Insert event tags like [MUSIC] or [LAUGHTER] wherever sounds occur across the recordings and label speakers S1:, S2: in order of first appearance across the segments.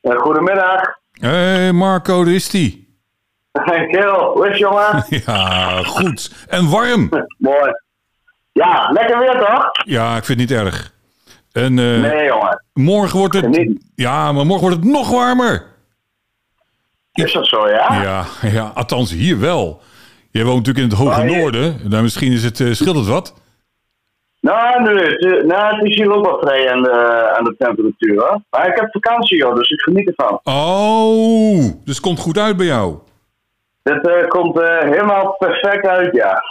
S1: Eh, goedemiddag. [LAUGHS]
S2: Hé hey Marco, daar is die.
S1: Kerel, hoe is het, jongen?
S2: Ja, goed. En warm.
S1: Mooi. Ja, lekker weer toch?
S2: Ja, ik vind het niet erg. En eh,
S1: Nee, jongen.
S2: morgen wordt het...
S1: Geniet.
S2: Ja, maar morgen wordt het nog warmer.
S1: Is dat zo, ja?
S2: Ja, ja, althans hier wel. Jij woont natuurlijk in het hoge
S1: Ah, hier-
S2: noorden. Nou, misschien is het, eh, scheelt het wat.
S1: Nou, nu, het, nou, het is hier ook wel vrij aan de, aan de temperatuur. Hoor. Maar ik heb vakantie, joh, dus ik geniet ervan.
S2: Oh, dus het komt goed uit bij jou.
S1: Dit eh, komt eh, helemaal perfect uit, ja.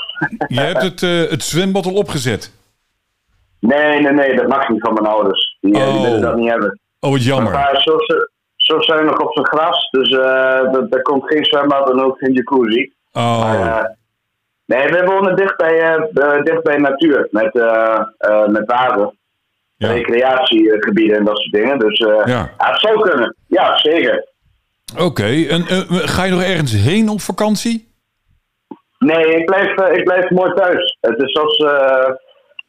S2: Je hebt het, eh, het zwembad al opgezet.
S1: Nee, nee, nee, dat mag niet van mijn ouders. Die, eh, die
S2: Oh.
S1: willen dat niet hebben.
S2: Oh, wat jammer.
S1: Maar zo, zo- zo zijn we nog op zijn gras, dus eh, daar daar komt geen zwembad en ook geen jacuzzi.
S2: Oh,
S1: Eh, nee, we wonen dicht bij, eh, eh, dicht bij natuur, met, eh, eh, met water,
S2: ja.
S1: recreatiegebieden en dat soort dingen. Dus eh,
S2: Ja.
S1: ja, het zou kunnen. Ja, zeker.
S2: Oké, en eh, ga je nog ergens heen op vakantie?
S1: Nee, ik blijf, eh, ik blijf mooi thuis. Het is als, eh,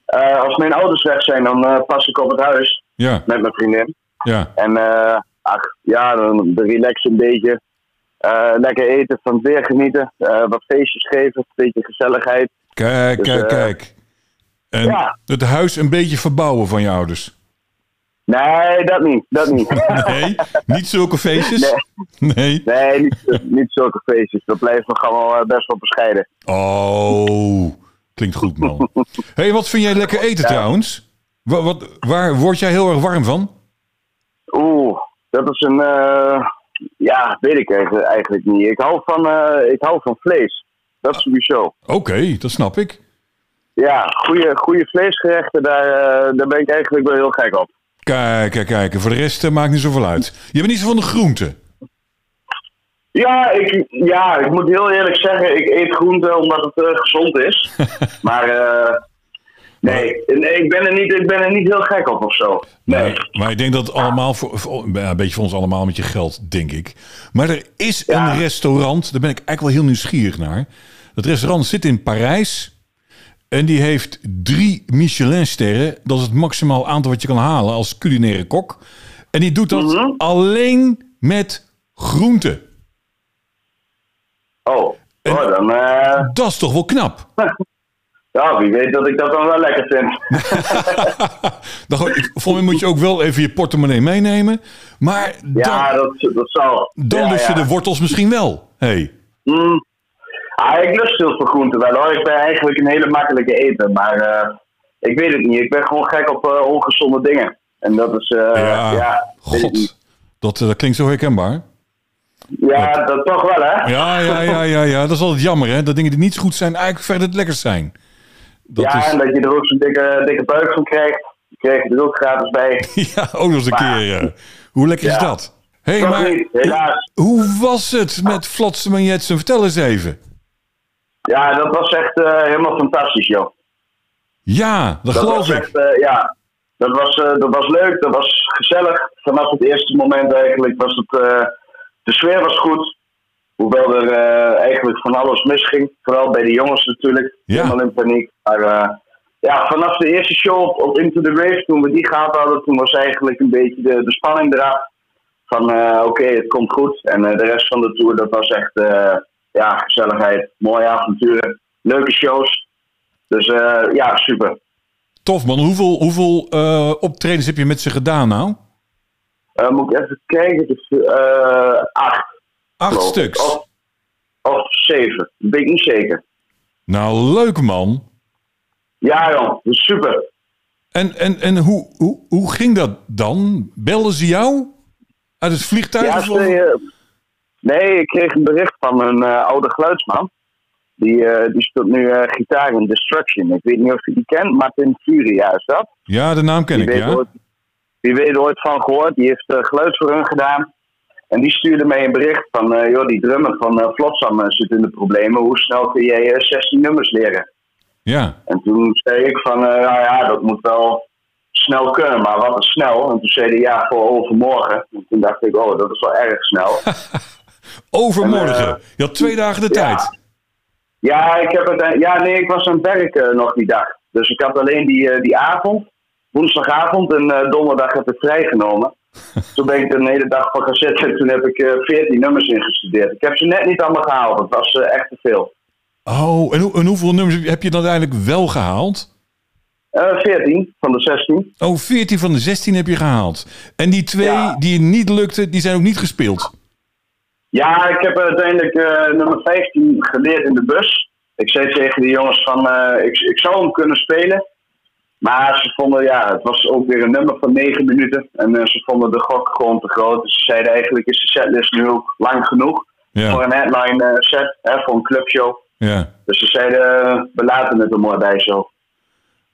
S1: eh, als mijn ouders weg zijn, dan eh, pas ik op het huis
S2: Ja,
S1: met mijn vriendin.
S2: ja.
S1: En eh, ach, ja, dan relax een beetje. Eh, lekker eten, van het weer genieten. eh, wat feestjes geven, een beetje gezelligheid.
S2: Kijk,
S1: Dus,
S2: kijk,
S1: eh,
S2: kijk. En
S1: ja.
S2: het huis een beetje verbouwen van je ouders.
S1: Nee, dat niet, dat niet. [LAUGHS]
S2: Nee, niet zulke feestjes. Nee.
S1: Nee, niet, [LAUGHS] niet zulke feestjes. Dat blijven we gewoon eh, best wel bescheiden.
S2: Oh, klinkt goed man. Hé, hey, wat vind jij lekker eten trouwens? Wat, wat, waar word jij heel erg warm van?
S1: Oeh, dat is een... eh, ja, weet ik eigenlijk- eigenlijk niet. Ik hou van, eh, ik hou van vlees. Dat is sowieso.
S2: Oké, dat snap ik.
S1: Ja, goede, goede vleesgerechten, daar, eh, daar ben ik eigenlijk wel heel gek op.
S2: Kijk, kijk, kijk. Voor de rest eh, maakt niet zoveel uit. Je bent niet zo van de groenten.
S1: Ja ik, ja, ik moet heel eerlijk zeggen, ik eet groente omdat het eh, gezond is. maar eh, nee, nee ik, ben er niet, ik ben er niet heel gek op of zo. Nee.
S2: Maar, maar ik denk dat het allemaal voor, voor- ja, een beetje voor ons allemaal met je geld, denk ik. Maar er is
S1: Ja.
S2: een restaurant, daar ben ik eigenlijk wel heel nieuwsgierig naar. Dat restaurant zit in Parijs. En die heeft drie Michelin-sterren. Dat is het maximaal aantal wat je kan halen als culinaire kok. En die doet dat
S1: Mhm.
S2: alleen met groenten.
S1: Oh, oh dan... eh,
S2: Dat is toch wel knap?
S1: ja, wie weet dat ik dat dan wel lekker vind.
S2: Dan, gewoon- ik- volgens mij moet je ook wel even je portemonnee meenemen. Maar
S1: Ja,
S2: dan,
S1: dat, dat zal.
S2: dan
S1: ja,
S2: lust je
S1: ja.
S2: de wortels misschien wel. Hey.
S1: Mm. Ah, ik lust heel veel groenten wel hoor. Ik ben eigenlijk een hele makkelijke eter. Maar eh, ik weet het niet. Ik ben gewoon gek op eh, ongezonde dingen. En dat is. eh,
S2: Ja,
S1: ja, weet ik niet.
S2: god. Dat, eh, dat klinkt zo herkenbaar.
S1: ja, dat toch wel hè?
S2: Ja, ja, ja, ja, ja. Dat is altijd jammer, hè? Dat dingen die niet zo goed zijn, eigenlijk verder het lekkers zijn. Dat
S1: Ja, en dat je er ook zo'n dikke, dikke buik van krijgt. Die krijg je er ook gratis bij.
S2: is... [LAUGHS] ja ook nog eens een keer. eh. Hoe lekker is
S1: Ja.
S2: dat? Hé,
S1: Toch
S2: maar
S1: niet, helaas.
S2: hoe was het met Flotsam en Jetsen? Vertel eens even.
S1: Ja, dat was echt eh, helemaal fantastisch, joh.
S2: Ja, dat,
S1: Dat
S2: geloof
S1: was
S2: ik.
S1: echt, eh, ja. Dat was, eh, dat was leuk, dat was gezellig. Vanaf het eerste moment eigenlijk was het. eh, de sfeer was goed. Hoewel er eh, eigenlijk van alles misging. Vooral bij de jongens natuurlijk.
S2: Ja.
S1: Helemaal in paniek. Maar eh, ja, vanaf de eerste show op, op Into the Wave, toen we die gehad hadden, toen was eigenlijk een beetje de, de spanning eraf. Van eh, oké, het komt goed. En eh, de rest van de tour, dat was echt eh, ja, gezelligheid. Mooie avonturen. Leuke shows. Dus eh, ja, super.
S2: Tof, man. Hoeveel, hoeveel eh, optredens heb je met ze gedaan nou?
S1: Eh, moet ik even kijken. Het is eh, acht.
S2: Acht
S1: geloof ik.
S2: stuks.
S1: Of, of zeven. Dat ben ik niet zeker.
S2: Nou, leuk, man.
S1: Ja, jong. Dat is super.
S2: En, en, en hoe, hoe, hoe ging dat dan? Belden ze jou? Uit het vliegtuig?
S1: Ja,
S2: of-
S1: ze, eh, nee, ik kreeg een bericht van een eh, oude geluidsman. Die, eh, die speelt nu eh, gitaar in Destruction. Ik weet niet of je die kent. Martin Furia is dat.
S2: ja, de naam ken
S1: Wie
S2: ik,
S1: weet,
S2: ja.
S1: ooit, wie weet ooit van gehoord. Die heeft eh, geluid voor hun gedaan. En die stuurde mij een bericht van... eh, joh, die drummer van eh Flotsam eh, zit in de problemen. Hoe snel kun jij eh, 16 nummers leren?
S2: Ja,
S1: En toen zei ik van, eh, nou ja, dat moet wel snel kunnen, maar wat is snel? En toen zei hij, ja, voor overmorgen. En toen dacht ik, oh, dat is wel erg snel.
S2: overmorgen.
S1: En, eh,
S2: je had twee dagen de
S1: ja.
S2: tijd.
S1: ja, ik heb het, eh, ja, nee, ik was aan het werk eh, nog die dag. Dus ik had alleen die, eh, die avond, woensdagavond en eh, donderdag heb ik vrijgenomen. Toen ben ik er een hele dag van gaan zitten en toen heb ik eh, 14 nummers ingestudeerd. Ik heb ze net niet allemaal gehaald, dat was eh, echt te veel.
S2: Oh, en, hoe- en hoeveel nummers heb je- heb je dan uiteindelijk wel gehaald?
S1: Eh 14 van de 16.
S2: Oh, 14 van de 16 heb je gehaald. En die twee
S1: Ja.
S2: die je niet lukte, die zijn ook niet gespeeld.
S1: Ja, ik heb uiteindelijk eh, nummer 15 geleerd in de bus. Ik zei tegen die jongens van, eh, ik, ik zou hem kunnen spelen. Maar ze vonden, ja, het was ook weer een nummer van 9 minuten. En eh, ze vonden de gok gewoon te groot. Dus ze zeiden eigenlijk is de setlist nu ook lang genoeg. Voor
S2: Ja,
S1: een headline eh, set, hè, voor een clubshow.
S2: ja.
S1: Dus ze zeiden, eh, we laten het er mooi bij zo.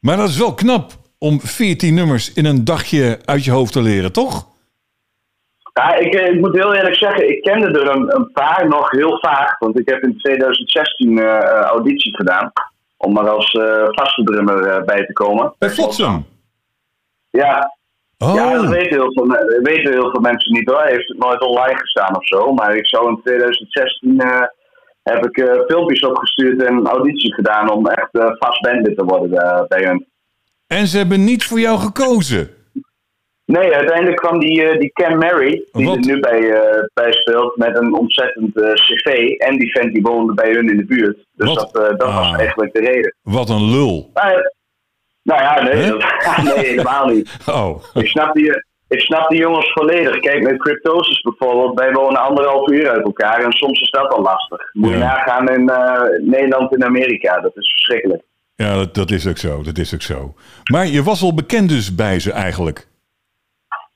S2: Maar dat is wel knap om 14 nummers in een dagje uit je hoofd te leren, toch?
S1: Ja, ik, eh, ik moet heel eerlijk zeggen, ik kende er een, een paar nog heel vaag. Want ik heb in 2016 eh, eh, auditie gedaan. Om er als eh, vaste drummer eh, bij te komen.
S2: Bij Flotsam.
S1: Ja,
S2: Oh,
S1: ja dat weten heel, veel, me- weten heel veel mensen niet hoor. Hij heeft het nooit online gestaan of zo. Maar ik zou in 2016 eh, heb ik eh, filmpjes opgestuurd en een auditie gedaan om echt eh, vast bandit te worden eh, bij hun.
S2: en ze hebben niet voor jou gekozen.
S1: Nee, uiteindelijk kwam die, eh, die Cam Mary, die
S2: Wat?
S1: er nu bij, eh, bij speelt, met een ontzettend eh, cv. En die vent die woonde bij hun in de buurt. Dus
S2: Wat?
S1: dat, eh, dat
S2: Ah.
S1: was eigenlijk de reden.
S2: Wat een lul.
S1: Maar, eh, nou ja, nee,
S2: Huh?
S1: dat- [LAUGHS] nee helemaal
S2: [LAUGHS]
S1: niet.
S2: Oh,
S1: Ik snap, die, ik snap die jongens volledig. Kijk, met cryptosis bijvoorbeeld, wij wonen anderhalf uur uit elkaar. En soms is dat al lastig. Moet je
S2: Ja.
S1: nagaan in eh, Nederland en Amerika. Dat is verschrikkelijk.
S2: ja, dat, dat is ook zo. Dat is ook zo. Maar je was al bekend dus bij ze eigenlijk.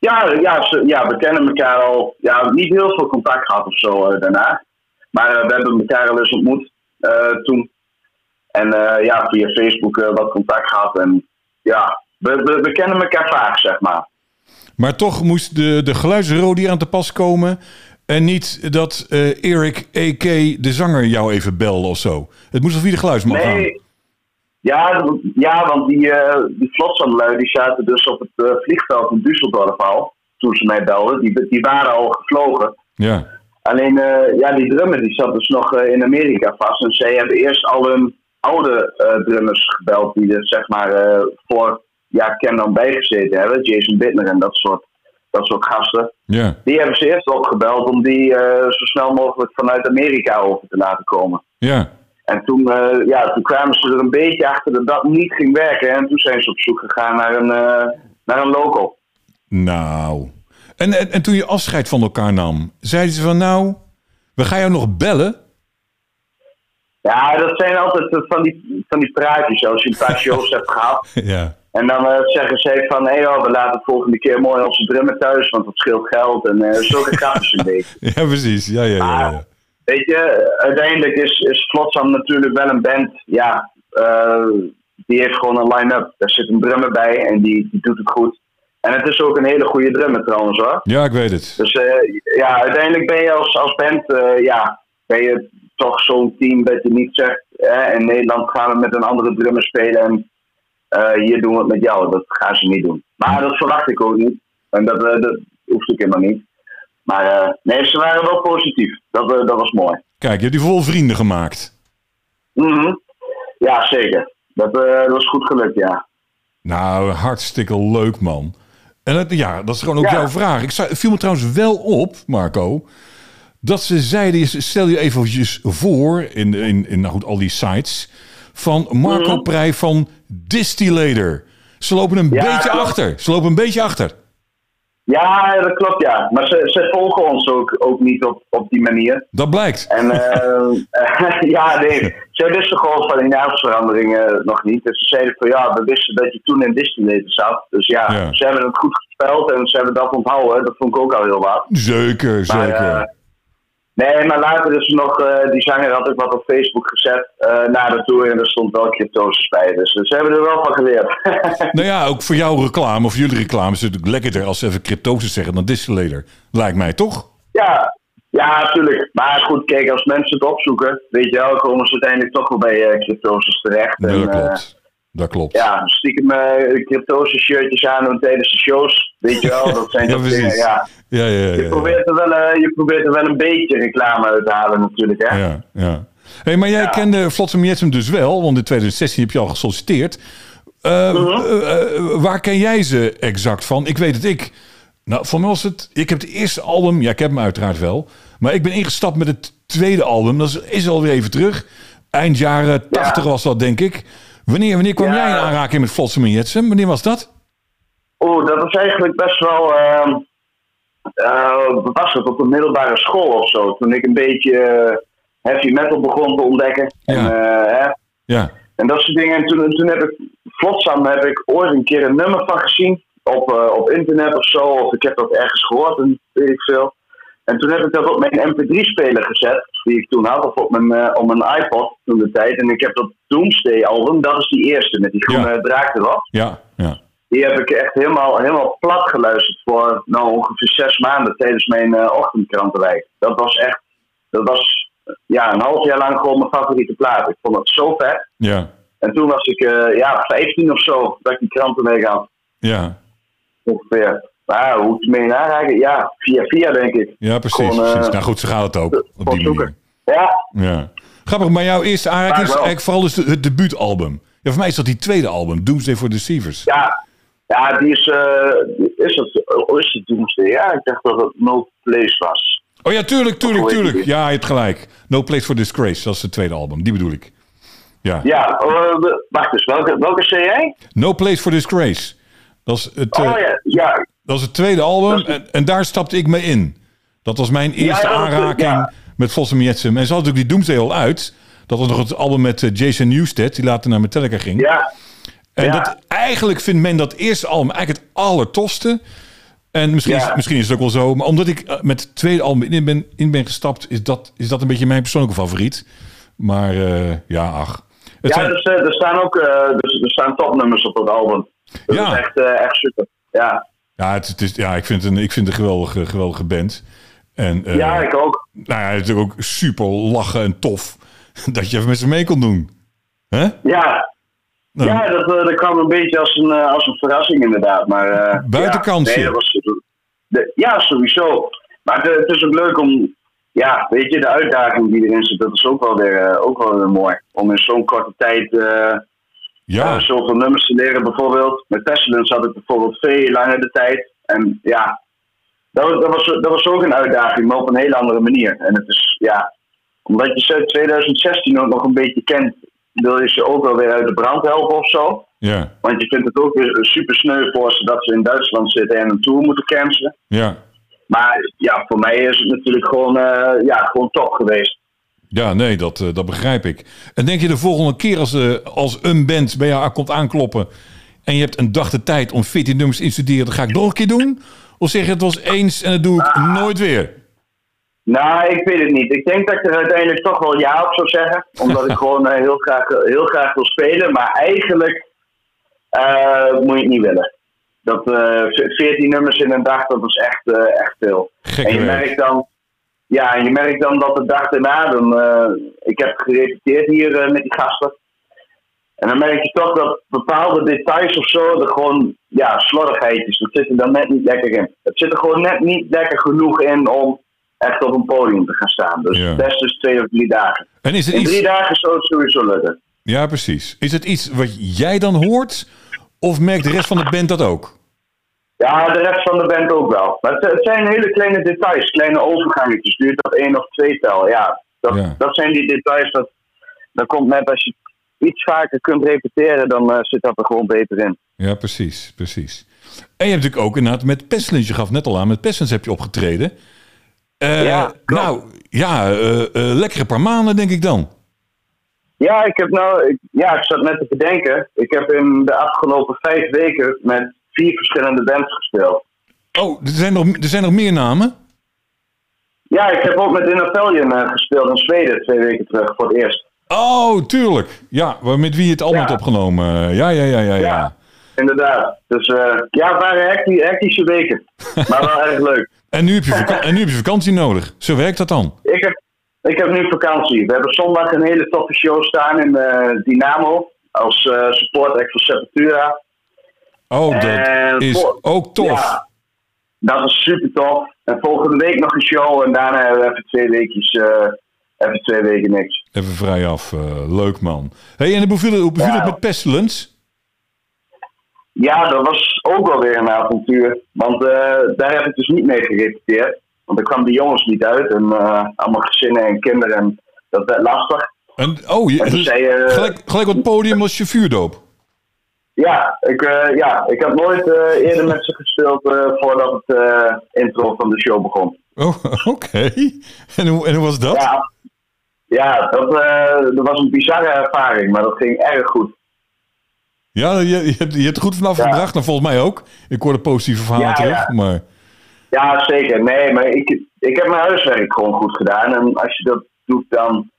S1: Ja, ja, ze- ja, we kennen elkaar al. Ja, niet heel veel contact gehad of zo eh, daarna. Maar eh, we hebben elkaar al eens ontmoet eh, toen. En eh, ja, via Facebook eh, wat contact gehad. En ja, we, we, we kennen elkaar vaak, zeg maar.
S2: Maar toch moest de, de geluidsrodi aan te pas komen. En niet dat eh, Erik, a.k. de zanger, jou even belde of zo. Het moest wel via de geluidsman gaan.
S1: Nee. Ja, w- ja want die, eh die Flotsam-lui die zaten dus op het eh, vliegveld in Düsseldorf al. Toen ze mij belden. Die, die waren al gevlogen.
S2: Ja.
S1: Alleen, eh, ja, die drummer die zat dus nog eh, in Amerika vast. En zij hebben eerst al hun oude eh, drummers gebeld die er zeg maar eh, voor ja, Ken dan bijgezeten hebben. Jason Bittner en dat soort, dat soort gasten.
S2: Ja,
S1: Die hebben ze eerst opgebeld om die eh, zo snel mogelijk vanuit Amerika over te laten komen.
S2: ja.
S1: En toen, eh, ja, toen kwamen ze er een beetje achter dat dat niet ging werken. En toen zijn ze op zoek gegaan naar een, eh, naar een local.
S2: Nou. En, en, en toen je afscheid van elkaar nam, zeiden ze van nou, we gaan jou nog bellen. [LAUGHS]
S1: Ja, dat zijn altijd eh, van die, van die praatjes. Als je een paar shows hebt gehad,
S2: Ja.
S1: En dan eh, zeggen ze van, hé joh, we laten volgende keer mooi onze drummer thuis, want dat scheelt geld en eh, zulke grapjes een beetje.
S2: Ja, precies. Ja, ja, ja. ja.
S1: Weet je, eh, uiteindelijk is, is Flotsam natuurlijk wel een band, ja, eh, die heeft gewoon een line-up. Daar zit een drummer bij en die, die doet het goed. En het is ook een hele goede drummer trouwens hoor.
S2: Ja, ik weet het.
S1: Dus eh, ja, uiteindelijk ben je als, als band, eh, ja, ben je toch zo'n team dat je niet zegt, hè, in Nederland gaan we met een andere drummer spelen en eh, hier doen we het met jou. Dat gaan ze niet doen. Maar dat verwacht ik ook niet. En dat, eh, dat hoeft ook helemaal niet. Maar eh, nee, ze waren wel positief. Dat, eh, dat was mooi.
S2: Kijk, je hebt die vol vrienden gemaakt.
S1: Mhm. Ja, zeker. Dat, eh, dat was goed gelukt, ja.
S2: Nou, hartstikke leuk, man. En het- ja, dat is gewoon ook
S1: Ja.
S2: jouw vraag. Ik zou- het viel me trouwens wel op, Marco, dat ze zeiden, stel je eventjes voor in, in, in nou goed, al die sites, van Marco
S1: Mhm.
S2: Prij van Distillator. Ze lopen
S1: Ja,
S2: een beetje
S1: klopt.
S2: achter. Ze lopen een beetje achter.
S1: Ja, dat klopt, ja. Maar ze, ze volgen ons ook, ook niet op, op die manier.
S2: Dat blijkt.
S1: En eh, [LAUGHS] ja, nee. Zij wisten gewoon van die naamsveranderingen nog niet. Dus ze zeiden van ja, we wisten dat je toen in Disneyland zat. Dus ja,
S2: Ja.
S1: ze hebben het goed gespeld en ze hebben dat onthouden. Dat vond ik ook al heel wat.
S2: Zeker,
S1: Maar,
S2: zeker.
S1: eh, [LAUGHS] nee, maar later is er nog, eh, die zanger had ook wat op Facebook gezet eh, na de tour. En daar stond wel cryptosis bij. Dus ze hebben er wel van geleerd. [LAUGHS]
S2: nou ja, ook voor jouw reclame of jullie reclame is het natuurlijk lekkerder als ze even cryptosis zeggen dan Distillator. Lijkt mij toch?
S1: ja. Ja, tuurlijk. Maar goed, kijk, als mensen het opzoeken, weet je wel, komen ze uiteindelijk toch wel bij eh cryptosis terecht.
S2: Ja, dat
S1: eh,
S2: klopt. Dat klopt.
S1: ja, stiekem eh cryptose shirtjes aan doen tijdens de shows. Weet je wel, dat zijn
S2: [LAUGHS] Ja,
S1: toch dingen,
S2: precies.
S1: ja.
S2: ja, ja, ja,
S1: Je,
S2: ja.
S1: probeert er wel, eh, je probeert er wel een beetje reclame uit te halen natuurlijk, hè.
S2: Ja, ja. Hey, maar jij kende Flotsam Jetsam dus wel, want in 2016 heb je al Ehm, gesolliciteerd. Eh, eh, eh, waar ken jij ze exact van? Ik weet het, ik Nou, voor mij was het... Ik heb het eerste album... Ja, ik heb hem uiteraard wel. Maar ik ben ingestapt met het tweede album. Dat is, is alweer even terug. Eind jaren 80 was dat, denk ik. Wanneer, wanneer kwam
S1: Ja.
S2: jij in aanraking met Flotsam en Jetsam? Wanneer was dat?
S1: Oeh, Oh, dat was eigenlijk best wel. ehm, eh, wat was het op de middelbare school of zo? Toen ik een beetje eh, heavy metal begon te ontdekken. En, eh, hè,
S2: Ja.
S1: en dat soort dingen. En toen, toen heb ik, Flotsam heb ik ooit een keer een nummer van gezien. Op, eh, op internet of zo. Of ik heb dat ergens gehoord en weet ik veel. En toen heb ik dat op mijn mp3-speler gezet. Die ik toen had. Of op mijn, eh, op mijn iPod toen de tijd. En ik heb dat Doomsday-album. Dat is die eerste met die groene draak erop.
S2: Ja. Ja.
S1: Die heb ik echt helemaal, helemaal plat geluisterd voor nou, ongeveer zes maanden tijdens mijn eh, ochtendkrantenwijk. Dat was echt, dat was eh, ja, een half jaar lang gewoon mijn favoriete plaat. Ik vond het zo vet.
S2: Ja.
S1: En toen was ik eh, ja, 15 of zo dat ik die krantenwijk had,
S2: Ja.
S1: ongeveer. Maar hoe het mee naraken? Ja, via via denk ik.
S2: Ja, precies.
S1: Gewoon, eh,
S2: precies. Nou goed, ze gaat het ook. Op
S1: Gewoon
S2: die manier.
S1: zoeken. Ja,
S2: Ja. Grappig, maar jouw eerste aanraking is
S1: Vaak wel.
S2: eigenlijk vooral dus de- het debuutalbum. Ja, voor mij is dat die tweede album, Doomsday for Deceivers.
S1: ja. Ja, die is, eh, die- is het, oh, is het Doomsday? Ja, ik dacht dat het No Place was.
S2: Oh ja, tuurlijk, tuurlijk,
S1: Hoe heet
S2: tuurlijk.
S1: die?
S2: Ja, je hebt gelijk. No Place for Disgrace, dat is het tweede album. Die bedoel ik. Ja.
S1: Ja, eh, wacht eens, welke, welke zei jij?
S2: No Place for Disgrace. Dat is het, eh,
S1: Oh ja, ja,
S2: dat is het tweede album en, en daar stapte ik me in. Dat was mijn eerste
S1: ja, dat is-
S2: aanraking
S1: ja.
S2: met Fossum Jetsum. En ze had natuurlijk die Doomsday al uit. Dat was nog het album met eh, Jason Newsted, die later naar Metallica ging.
S1: ja.
S2: En
S1: Ja.
S2: dat, eigenlijk vindt men dat eerste album eigenlijk het allertofste. En misschien, is,
S1: Ja.
S2: misschien is het ook wel zo. Maar omdat ik eh, met het tweede album in ben, in ben gestapt, is dat, is dat een beetje mijn persoonlijke favoriet. Maar eh, ja, ach. Het
S1: Ja,
S2: zijn-
S1: dus, eh, er staan ook eh, dus, er staan topnummers op dat album. Dat
S2: Ja.
S1: is echt, eh, echt super. Ja,
S2: ja, het, het is, ja ik vind het een, ik vind het een geweldige, geweldige band. En, eh,
S1: ja ik ook.
S2: Nou ja, het is natuurlijk ook super lachen en tof [LAUGHS] dat je even met ze mee kon doen. Hè?
S1: Ja,
S2: Nou,
S1: ja dat, eh, dat kwam een beetje als een, eh, als een verrassing inderdaad. Maar, eh,
S2: Buitenkansje.
S1: Ja, nee, dat was, de- ja, sowieso. Maar het, het is ook leuk om... Ja, weet je, de uitdaging die erin zit, dat is ook wel weer, eh, ook wel weer mooi. Om in zo'n korte tijd eh,
S2: ja.
S1: eh, zoveel nummers te leren bijvoorbeeld. Met Pestilence had ik bijvoorbeeld veel langer de tijd. En ja, dat, was- dat, was, dat was ook een uitdaging, maar op een hele andere manier. En het is, ja, omdat je ze 2016 ook nog een beetje kent, wil je ze ook wel weer uit de brand helpen of zo.
S2: ja,
S1: Want je vindt het ook weer super sneu voor ze dat ze in Duitsland zitten en een tour moeten cancelen.
S2: ja.
S1: Maar ja, voor mij is het natuurlijk gewoon, eh, ja, gewoon top geweest.
S2: Ja, nee, dat, eh, dat begrijp ik. En denk je de volgende keer als, eh, als een band bij jou komt aankloppen... en je hebt een dag de tijd om 14 nummers in te studeren... dat ga ik nog een keer doen? Of zeg je het was eens en dat doe ik
S1: Ah.
S2: nooit weer?
S1: Nou, ik weet het niet. Ik denk dat ik er uiteindelijk toch wel ja op zou zeggen. Omdat ik gewoon eh, heel, graag, heel graag wil spelen. Maar eigenlijk eh, moet je het niet willen. Dat eh, ve- 14 nummers in een dag, dat is echt, eh, echt veel.
S2: Gekke
S1: en je
S2: werk.
S1: merkt dan. Ja, en je merkt dan dat de dag daarna, dan, eh, ik heb gerepeteerd hier eh, met die gasten. En dan merk je toch dat bepaalde details of zo, er gewoon, ja, slordigheidjes, dat zit er dan net niet lekker in. Het zit er gewoon net niet lekker genoeg in om echt op een podium te gaan staan. Dus
S2: Ja.
S1: best dus twee of drie dagen.
S2: En is het
S1: In drie
S2: iets...
S1: dagen zou het sowieso lukken.
S2: Ja, precies. Is het iets wat jij dan hoort? Of merkt de rest van de band dat ook?
S1: Ja, de rest van de band ook wel. Maar het, het zijn hele kleine details, kleine overgangetjes. Duurt dat één of twee tel? Ja, dat,
S2: Ja.
S1: dat zijn die details. Dat, dat komt net als je iets vaker kunt repeteren, dan eh, zit dat er gewoon beter in.
S2: Ja, precies, precies. En je hebt natuurlijk ook inderdaad met Pestlins, je gaf net al aan, met Pestlins heb je opgetreden. Eh,
S1: Ja, klopt.
S2: nou, ja, eh, eh, lekkere paar maanden denk ik dan.
S1: Ja, ik heb nou, ik, ja, ik zat net te bedenken. Ik heb in de afgelopen vijf weken met vier verschillende bands gespeeld.
S2: Oh, er zijn nog, er zijn nog meer namen?
S1: Ja, ik heb ook met In Rebellion eh, gespeeld in Zweden twee weken terug voor het eerst.
S2: Oh, tuurlijk. Ja, waar- met wie je het album
S1: Ja.
S2: hebt opgenomen. Ja, ja, ja, ja, ja.
S1: Ja. Inderdaad. Dus eh, ja, het waren hecti- hectische
S2: [LAUGHS]
S1: weken. Maar wel erg leuk.
S2: En, nu heb je vaka- en nu heb je vakantie nodig. Zo werkt dat dan.
S1: Ik heb, ik heb nu vakantie. We hebben zondag een hele toffe show staan in eh, Dynamo. Als eh, support act voor Sepultura.
S2: Oh, dat
S1: Eh,
S2: is
S1: voor-
S2: ook tof.
S1: Ja, dat is super tof. En volgende week nog een show en daarna hebben we even twee weekjes, eh, even twee weken niks.
S2: Even vrij af. eh, leuk, man. hey, en hoe beviel, hoe beviel
S1: Ja.
S2: het met Pestilence?
S1: Ja, dat was ook wel weer een avontuur. Want eh, daar heb ik dus niet mee gerepeteerd. Want daar kwamen de jongens niet uit. En eh, allemaal gezinnen en kinderen. En dat werd lastig.
S2: En, oh, je,
S1: En toen zei, eh,
S2: gelijk, gelijk op het podium was je vuurdoop.
S1: Ja, ik, eh, ja, ik had nooit eh, eerder met ze gespeeld eh, voordat het eh, intro van de show begon.
S2: Oh, [LAUGHS] oké. En, hoe, en hoe was dat?
S1: Ja, ja dat, eh, dat was een bizarre ervaring, maar dat ging erg goed.
S2: Ja, je, je, hebt, je hebt er goed vanaf
S1: Ja.
S2: gebracht. En volgens mij ook. Ik hoorde positieve verhalen
S1: Ja,
S2: terug.
S1: ja.
S2: Maar
S1: Ja, zeker. Nee, maar ik, ik heb mijn huiswerk gewoon goed gedaan. En als je dat doet, dan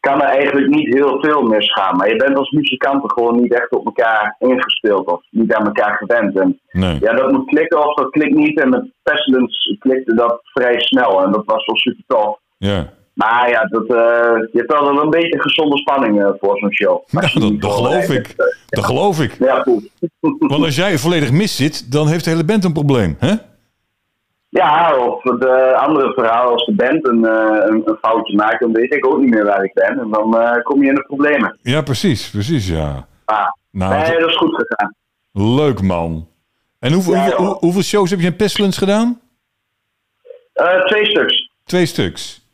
S1: kan er eigenlijk niet heel veel misgaan. Maar je bent als muzikanten gewoon niet echt op elkaar ingespeeld of niet aan elkaar gewend. En
S2: nee.
S1: ja, dat moet klikken of dat klikt niet. En met Pestilence klikte dat vrij snel. En dat was wel super tof.
S2: Ja.
S1: Maar ja, dat, eh, je hebt wel een beetje gezonde spanning eh, voor zo'n show.
S2: Nou, dat, dat geloof ik. Dat geloof ik.
S1: eh, Ja, goed.
S2: Want als jij volledig mis zit, dan heeft de hele band een probleem. Hè?
S1: Ja, of het eh, andere verhaal, als de band een, eh, een, een foutje maakt, dan weet ik ook niet meer waar ik ben. En dan eh, kom je in de problemen.
S2: Ja, precies. Precies, ja.
S1: Ah,
S2: Nou,
S1: nee,
S2: dat-
S1: dat is goed gegaan.
S2: Leuk, man. En hoeveel,
S1: Ja,
S2: hoeveel,
S1: joh.
S2: hoe- hoeveel shows heb je in Pestilence gedaan?
S1: Eh, twee stuks,
S2: Twee stuks.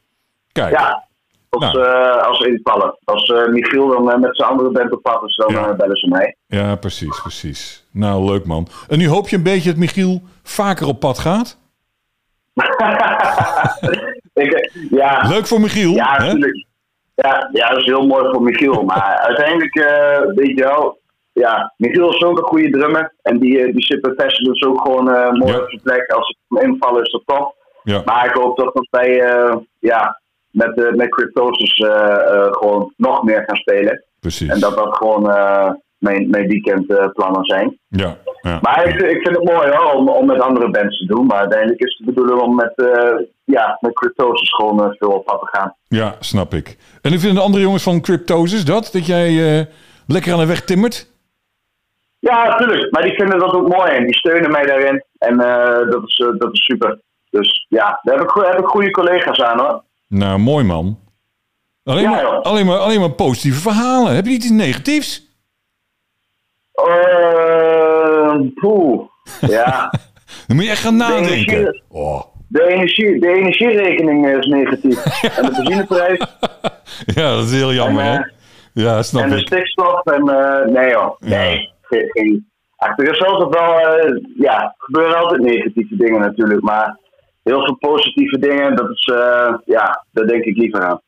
S2: Kijk.
S1: ja. Als,
S2: Nou.
S1: eh, als invallen. Als eh, Michiel dan eh, met zijn andere band op pad is, dan
S2: Ja.
S1: eh, bellen ze mij. [LAUGHS]
S2: Ja, precies, precies. Nou, leuk man. En nu hoop je een beetje dat Michiel vaker op pad gaat.
S1: Ik, eh, ja,
S2: Leuk voor Michiel.
S1: Ja,
S2: hè?
S1: natuurlijk. Ja, ja, dat is heel mooi voor Michiel.
S2: [LAUGHS]
S1: Maar uiteindelijk, eh, weet je wel, ja, Michiel is ook een goede drummer. En die, eh, die zit bij Festivals ook gewoon eh, mooi
S2: Ja.
S1: op zijn plek. Als het hem invallen is dat top.
S2: Ja.
S1: Maar ik hoop toch dat wij eh, ja, met, eh met Cryptosis eh, eh, gewoon nog meer gaan spelen.
S2: Precies.
S1: En dat dat gewoon eh, mijn, mijn weekendplannen zijn.
S2: Ja, ja.
S1: Maar ik, ik vind het mooi hoor, om, om met andere bands te doen. Maar uiteindelijk is het de bedoeling om met, eh ja, met Cryptosis gewoon eh, veel op pad te gaan.
S2: ja, snap ik. En hoe vinden de andere jongens van Cryptosis dat? Dat jij eh, lekker aan de weg timmert?
S1: Ja, natuurlijk. Maar die vinden dat ook mooi en die steunen mij daarin. En eh, dat, is, eh, dat is super. Dus ja, daar heb ik, go- heb ik goede collega's aan hoor.
S2: Nou, mooi man. Alleen,
S1: Ja,
S2: maar,
S1: joh.
S2: alleen, maar, alleen maar positieve verhalen. Heb je niet iets negatiefs?
S1: Eh, poeh. Ja,
S2: Dan moet je echt gaan nadenken.
S1: negatief.
S2: Oh.
S1: de, energie, de energierekening is negatief. En de benzineprijs
S2: Ja, dat is heel jammer,
S1: En, eh,
S2: hè? Ja, snap
S1: en de
S2: ik.
S1: stikstof. En eh, nee joh, nee. Geen, geen. Ach, er is altijd wel, eh, ja, er gebeuren altijd negatieve dingen natuurlijk. Maar heel veel positieve dingen, dat is, eh, ja, daar denk ik liever aan.